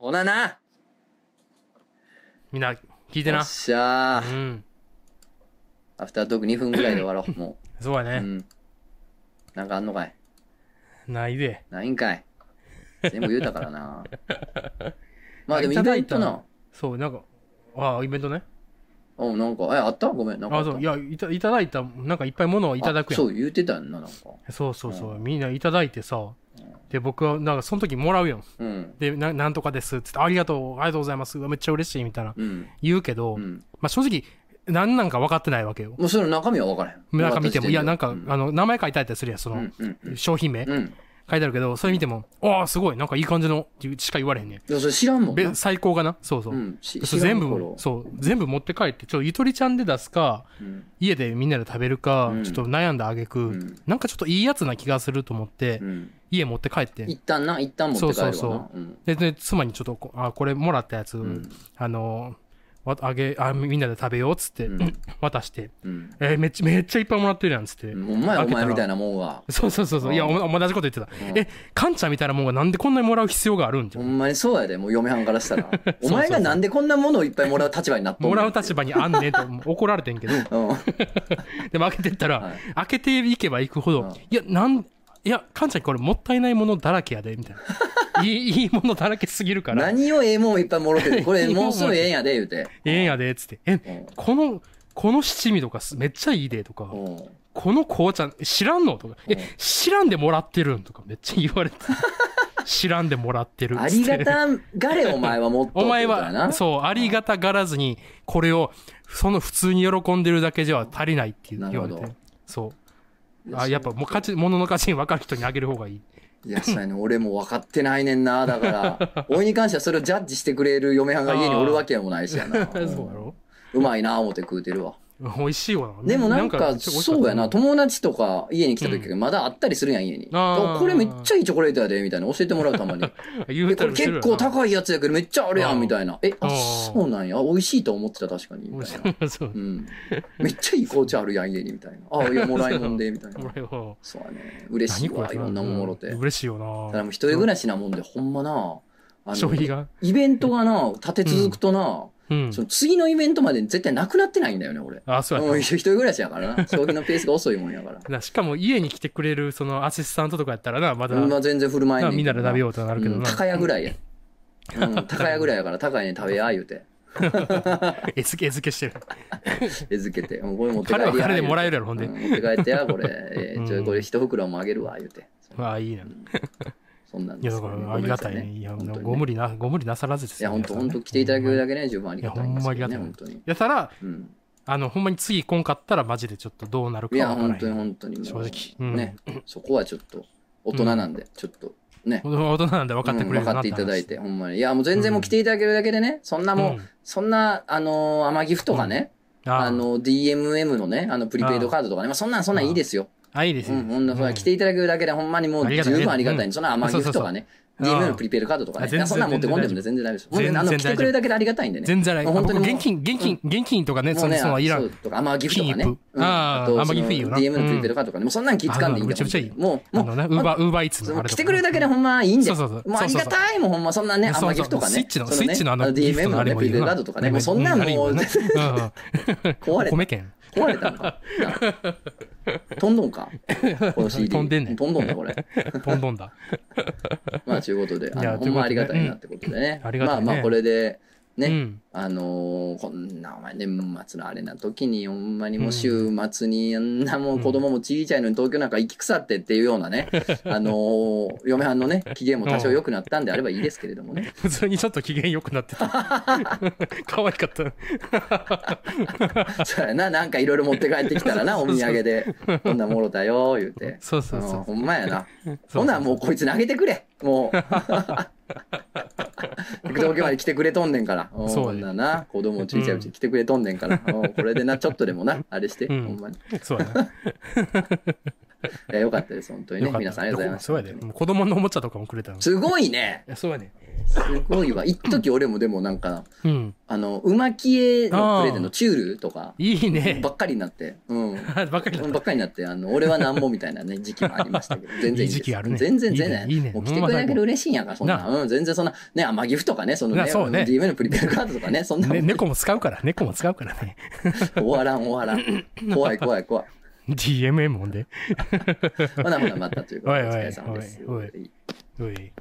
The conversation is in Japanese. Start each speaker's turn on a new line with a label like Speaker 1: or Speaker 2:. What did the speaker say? Speaker 1: そうだな。
Speaker 2: みんな、聞いて
Speaker 1: よ
Speaker 2: な
Speaker 1: っ。しゃ
Speaker 2: う
Speaker 1: ー。
Speaker 2: ん。
Speaker 1: アフタートーク2分ぐらいで終わろう。も
Speaker 2: そう
Speaker 1: う。う
Speaker 2: やね。
Speaker 1: ん。なんかあんのかい
Speaker 2: ないで。
Speaker 1: ないんかい。全部言うたから な。まあでも
Speaker 2: い
Speaker 1: イ
Speaker 2: ただ
Speaker 1: ベ
Speaker 2: い
Speaker 1: ン
Speaker 2: た
Speaker 1: トな。
Speaker 2: そう、なんか、ああ、イベントね。
Speaker 1: うん、なんか、え、あったごめん。なんか
Speaker 2: あ
Speaker 1: った
Speaker 2: そう、いや、いたいただいた、なんかいっぱいものをいただ
Speaker 1: あ
Speaker 2: くやん
Speaker 1: そ。う、言うてたんな、なんか。
Speaker 2: そうそうそうう。みんないただいてさ。で、僕は、なんかその時もらうやん。
Speaker 1: うん。
Speaker 2: で、ななんとかですって言って、ありがとう、ありがとうございます。うわめっちゃ嬉しいみたいな
Speaker 1: うん。
Speaker 2: 言うけど、
Speaker 1: うん。
Speaker 2: まあ正直、何なんか分かってないわけよ。
Speaker 1: もうその中身は分からへん。
Speaker 2: なんか見ても、いや、なん
Speaker 1: う
Speaker 2: か、
Speaker 1: ん、
Speaker 2: あの、名前書いてあったりするやん、そ
Speaker 1: うん
Speaker 2: の、、
Speaker 1: うんうん。
Speaker 2: 商品名。書い
Speaker 1: うん。
Speaker 2: てあるけど、それ見ても、ああ、すごい、なんかいい感じの、ってしか言われへんねん
Speaker 1: でもそれ知らんもんな
Speaker 2: べ。最高かなそうそうう。
Speaker 1: ん。し
Speaker 2: そう全部
Speaker 1: 知らん頃、
Speaker 2: そう、全部持って帰って、ちょっとゆとりちゃんで出すか、
Speaker 1: うん。
Speaker 2: 家でみんなで食べるか
Speaker 1: うん、
Speaker 2: ちょっと悩んだあげく
Speaker 1: ん、
Speaker 2: なんかちょっといいやつな気がすると思って
Speaker 1: う、ん。
Speaker 2: 家持って帰って。
Speaker 1: 一旦な、一旦持って帰るわ
Speaker 2: そ
Speaker 1: な。
Speaker 2: うそうそう
Speaker 1: うん。
Speaker 2: で、で妻にちょっとこ、あ、これもらったやつ、
Speaker 1: ん
Speaker 2: あの、わあげ、あ、みみんなで食べようっつって、
Speaker 1: うん
Speaker 2: 渡して、
Speaker 1: うん。
Speaker 2: えーめっちゃ、めっちゃいっぱいもらってるやんっつって。
Speaker 1: お前お
Speaker 2: 開けた
Speaker 1: 前
Speaker 2: ら
Speaker 1: みたいなもんは。
Speaker 2: そうそうそうそう。いや、おお前同じこと言ってた。
Speaker 1: うん
Speaker 2: え、カンちゃんみたいなもんがなんでこんなにもらう必要があるんじゃ
Speaker 1: ほ
Speaker 2: ん。。
Speaker 1: んまにそうやで、もう嫁はんからしたら お前がなんでこんなものをいっぱいもらう立場になっとん
Speaker 2: も
Speaker 1: の
Speaker 2: らう立場にあんねんと怒られてんけど、
Speaker 1: うん。
Speaker 2: でも開けてったら、
Speaker 1: はい
Speaker 2: 開けていけばいくほど、
Speaker 1: うん
Speaker 2: いや、なん、いや、カンちゃんこれもったいないものだらけやで、みたい な。いい、いいものだらけすぎるから。
Speaker 1: 何をええもんいっぱいもろてる。これもうすぐええんやで、言う て。
Speaker 2: ええんやで、つって。え、
Speaker 1: う
Speaker 2: この、この七味とかすめっちゃいいで、とか。
Speaker 1: うん。
Speaker 2: この紅茶知らんのとか、え、知らんでもらってるんとかめっちゃ言われて、知らんでもらってるっつっ
Speaker 1: あ
Speaker 2: て
Speaker 1: りがたがれ、お前はもっと。
Speaker 2: お前
Speaker 1: ってことや
Speaker 2: は、
Speaker 1: な
Speaker 2: そう、ありがたがらずに、これを、その普通に喜んでるだけじゃ足りないっていう
Speaker 1: な
Speaker 2: 言
Speaker 1: る
Speaker 2: わ
Speaker 1: ほ
Speaker 2: れ
Speaker 1: ど
Speaker 2: て。そう。あ、やっぱ、もう価値、ものの価値に分かる人にあげる方がいい。
Speaker 1: いや、そうやね。俺も分かってないねんな。だから、俺に関してはそれをジャッジしてくれる嫁はんが家におるわけやもないしやな。
Speaker 2: そうだろ
Speaker 1: うまいな、思って食うてるわ。
Speaker 2: 美味しいわな。
Speaker 1: でもなんか、
Speaker 2: ちょっと美味しかった
Speaker 1: そうやな、友達とか家に来た時
Speaker 2: う
Speaker 1: まだあったりするやん、家に。
Speaker 2: あー
Speaker 1: あこれめっちゃいいチョコレートやで、みたいな。教えてもらうたま に。
Speaker 2: 言
Speaker 1: え
Speaker 2: う
Speaker 1: こ
Speaker 2: た
Speaker 1: れ
Speaker 2: らするよ
Speaker 1: 結構
Speaker 2: な
Speaker 1: 高いやつやけどめっちゃあるや
Speaker 2: うん
Speaker 1: ん、みたいな。え、
Speaker 2: う
Speaker 1: あ、
Speaker 2: ん
Speaker 1: そうなんや。美味しいと思ってた、確かに。みたいな。
Speaker 2: 美味しい そう
Speaker 1: う。ん。めっちゃいい紅茶あるやん、家に、みたいな。あ、 いや、もらいもんで、みたいな。
Speaker 2: 俺は
Speaker 1: そうやね。嬉し
Speaker 2: 何
Speaker 1: い
Speaker 2: これ
Speaker 1: わ、いろんなもんもろて。
Speaker 2: 嬉しいよ
Speaker 1: た
Speaker 2: な
Speaker 1: だもう一人暮らしなもんで、ほんまな、あ
Speaker 2: 消費が。
Speaker 1: イベントがな、立て続くとな、
Speaker 2: うん
Speaker 1: そ。の次のイベントまで絶対なくなってないんだよね、俺。
Speaker 2: あ、そうや
Speaker 1: も
Speaker 2: な
Speaker 1: う一人暮らしやからな。消費のペースが遅いもんや から。
Speaker 2: だからしかも家に来てくれるそのアシスタントとかやったらな、まだ、
Speaker 1: まあ全然振る舞え
Speaker 2: な
Speaker 1: ね
Speaker 2: みんなで食べよ
Speaker 1: う
Speaker 2: うとなるけど
Speaker 1: ん
Speaker 2: な。
Speaker 1: 高屋ぐらいや。うん、高屋ぐらいやから高いね食べや言うて。
Speaker 2: え付け、え付けしてる。
Speaker 1: 餌付けて。うんこれ持って帰り
Speaker 2: 彼
Speaker 1: や言う
Speaker 2: は彼で
Speaker 1: て
Speaker 2: もらえるやろ、ほんで
Speaker 1: う。持って帰ってや、こ れ。えーち
Speaker 2: う
Speaker 1: ょ、
Speaker 2: ん
Speaker 1: これ一袋もあげるわ、言うて。
Speaker 2: まあいいな。い
Speaker 1: そんなんで
Speaker 2: や、
Speaker 1: す
Speaker 2: だ
Speaker 1: よ
Speaker 2: か
Speaker 1: ね、
Speaker 2: らありがたいね。いや、ご無
Speaker 1: 理。
Speaker 2: 理な、ご無理なさらずです
Speaker 1: いや、
Speaker 2: よ
Speaker 1: 本
Speaker 2: 皆さ
Speaker 1: 当
Speaker 2: んね
Speaker 1: 本当来ていただけるだけね、十分ありがたいんですけど
Speaker 2: い
Speaker 1: ね、
Speaker 2: やほんまあ
Speaker 1: 本
Speaker 2: りが
Speaker 1: 当に。
Speaker 2: やったら、
Speaker 1: うん。
Speaker 2: あの、ほんまに次来んかったらマジでちょっとどうなるか
Speaker 1: いや、
Speaker 2: わから
Speaker 1: 本当に
Speaker 2: ない。
Speaker 1: 本当に。もう
Speaker 2: 正直うん
Speaker 1: ね、そこはちょっと、大人なんで、ちょっと、ね。
Speaker 2: 大人なんで分かってくれ
Speaker 1: うん
Speaker 2: る
Speaker 1: 分
Speaker 2: な
Speaker 1: かってていただい
Speaker 2: 話。
Speaker 1: て、ほんまに。いや、もう全然もう来ていただけるだけでね、そんなもう、
Speaker 2: うん
Speaker 1: そんな、あのー、甘ギフとかね、
Speaker 2: あ
Speaker 1: あ
Speaker 2: あ
Speaker 1: の、DMM のね、あの、プリペイドカードとかね、まあ、そんなん、そんなんいいですよ。
Speaker 2: あ、いいです
Speaker 1: う
Speaker 2: よ。
Speaker 1: ん、ほんな、そんな
Speaker 2: うん
Speaker 1: 来ていただけるだけで、ほんまにもう
Speaker 2: あり
Speaker 1: 十
Speaker 2: がたいね
Speaker 1: 分ありがたい
Speaker 2: うん
Speaker 1: ね。そんな甘ギフとかね、
Speaker 2: そうそうそう
Speaker 1: DMM のプリペイドカードとか
Speaker 2: あ
Speaker 1: ね、
Speaker 2: 全
Speaker 1: い
Speaker 2: 然
Speaker 1: やそんなん持ってこんでもね、全然大丈夫で
Speaker 2: 全
Speaker 1: す。
Speaker 2: 然
Speaker 1: ほんであの、
Speaker 2: 全
Speaker 1: 来
Speaker 2: 然
Speaker 1: てくれるだけでありがたいんでね。
Speaker 2: 全然あれ、
Speaker 1: もう本当
Speaker 2: 僕
Speaker 1: にもう
Speaker 2: 現金、現金、現金とかね、
Speaker 1: も
Speaker 2: そうの
Speaker 1: ね、
Speaker 2: そのいら。
Speaker 1: そうんとか、甘ギフとかね。
Speaker 2: キープあー
Speaker 1: と
Speaker 2: 甘ギフいいよな
Speaker 1: その DMM のプリペイドカードとかね、もうそんなん気使んでいいん
Speaker 2: め
Speaker 1: だ
Speaker 2: ちゃめちゃいい。
Speaker 1: もう、
Speaker 2: あ
Speaker 1: も
Speaker 2: の
Speaker 1: う
Speaker 2: ね、ウーバー、ウーバーイーツ
Speaker 1: そ
Speaker 2: のあ
Speaker 1: の
Speaker 2: れ
Speaker 1: 来
Speaker 2: と
Speaker 1: て
Speaker 2: か
Speaker 1: くれるだけでほんまいいんで。
Speaker 2: そうそうそう
Speaker 1: もうありがたいもん、ほんま、そんなね、
Speaker 2: そうそう
Speaker 1: 甘ギフとかね。
Speaker 2: スイッチの、
Speaker 1: そ
Speaker 2: スイッチのあの、
Speaker 1: ね、
Speaker 2: ギフト
Speaker 1: DMM
Speaker 2: のあ
Speaker 1: の
Speaker 2: れ
Speaker 1: ね、
Speaker 2: も
Speaker 1: プ
Speaker 2: いい
Speaker 1: リペイ
Speaker 2: よ
Speaker 1: ド
Speaker 2: な
Speaker 1: カードとかね、もうそんなんもう
Speaker 2: うんあれいいよなうん
Speaker 1: 壊
Speaker 2: う
Speaker 1: れ
Speaker 2: んお
Speaker 1: た。
Speaker 2: 米券。
Speaker 1: 壊れたのか。飛んどん か。この CD。
Speaker 2: 飛んでんねん
Speaker 1: 飛んどんだ、これ。
Speaker 2: ポンドンだ。
Speaker 1: まあ、ということで、あ
Speaker 2: いや
Speaker 1: のほんまあ
Speaker 2: とい
Speaker 1: り
Speaker 2: う
Speaker 1: が
Speaker 2: こと
Speaker 1: た
Speaker 2: で
Speaker 1: いなってことでね。
Speaker 2: うんありがたいね
Speaker 1: まあまあ、これで、ね、
Speaker 2: うん
Speaker 1: あのーこんなお前年末のあれな時にほんまにもう週末にあんなもう子供も小さいのに東京なんか行き腐ってっていうようなね、 あのー嫁はんのね機嫌も多少良くなったんであればいいですけれどもね
Speaker 2: 普通にちょっと機嫌良く なってた。可愛かった。
Speaker 1: そうやななんかいろいろ持って帰ってきたらなお土産でこんなんもろたよ言うて
Speaker 2: そうそうそう
Speaker 1: うんほんまやな
Speaker 2: そう
Speaker 1: ほなもうこいつ投げてくれ もう東京まで来てくれとんねんからうん
Speaker 2: そうや
Speaker 1: こんなな子供小さいうちに来てくれとんねんから、うんこれでなちょっとでも なあれして、
Speaker 2: うん
Speaker 1: ほんまに。
Speaker 2: そうやね。
Speaker 1: いや、よかったです、本当に
Speaker 2: よ
Speaker 1: ね。
Speaker 2: かった。
Speaker 1: 皆さんありがとうございま
Speaker 2: そうやで。
Speaker 1: す。
Speaker 2: もう子供のおもちゃとかもくれたの。い
Speaker 1: すごいね。
Speaker 2: やそうやね。
Speaker 1: すごいわ。一時俺もでもなんか、
Speaker 2: うん。
Speaker 1: あの、馬木絵のプレゼン
Speaker 2: あー
Speaker 1: ト、チュールとか、
Speaker 2: いいね
Speaker 1: ば。っかりになって、うん。
Speaker 2: ばっかりだ。
Speaker 1: ばっかりになって、あの、俺はなんもみたい なね、時期もありましたけど、全然いいです。
Speaker 2: いい時期あるね
Speaker 1: 全然全然。
Speaker 2: いいねいいね
Speaker 1: もう来てくれなけど嬉しいんやから、そんな。
Speaker 2: な
Speaker 1: うん、全然そんな、ね、甘ギフとかね、その
Speaker 2: な
Speaker 1: ね、
Speaker 2: そうね
Speaker 1: DMA のプリペアカードとか ね、そんなもん、
Speaker 2: ね、猫も使うから、猫も使うからね。
Speaker 1: 終わらん終わら ん。怖い怖い怖い。
Speaker 2: DMM もんで。
Speaker 1: ほなほなまたということで、 お
Speaker 2: おいおい
Speaker 1: 疲れ様です。
Speaker 2: おいおうい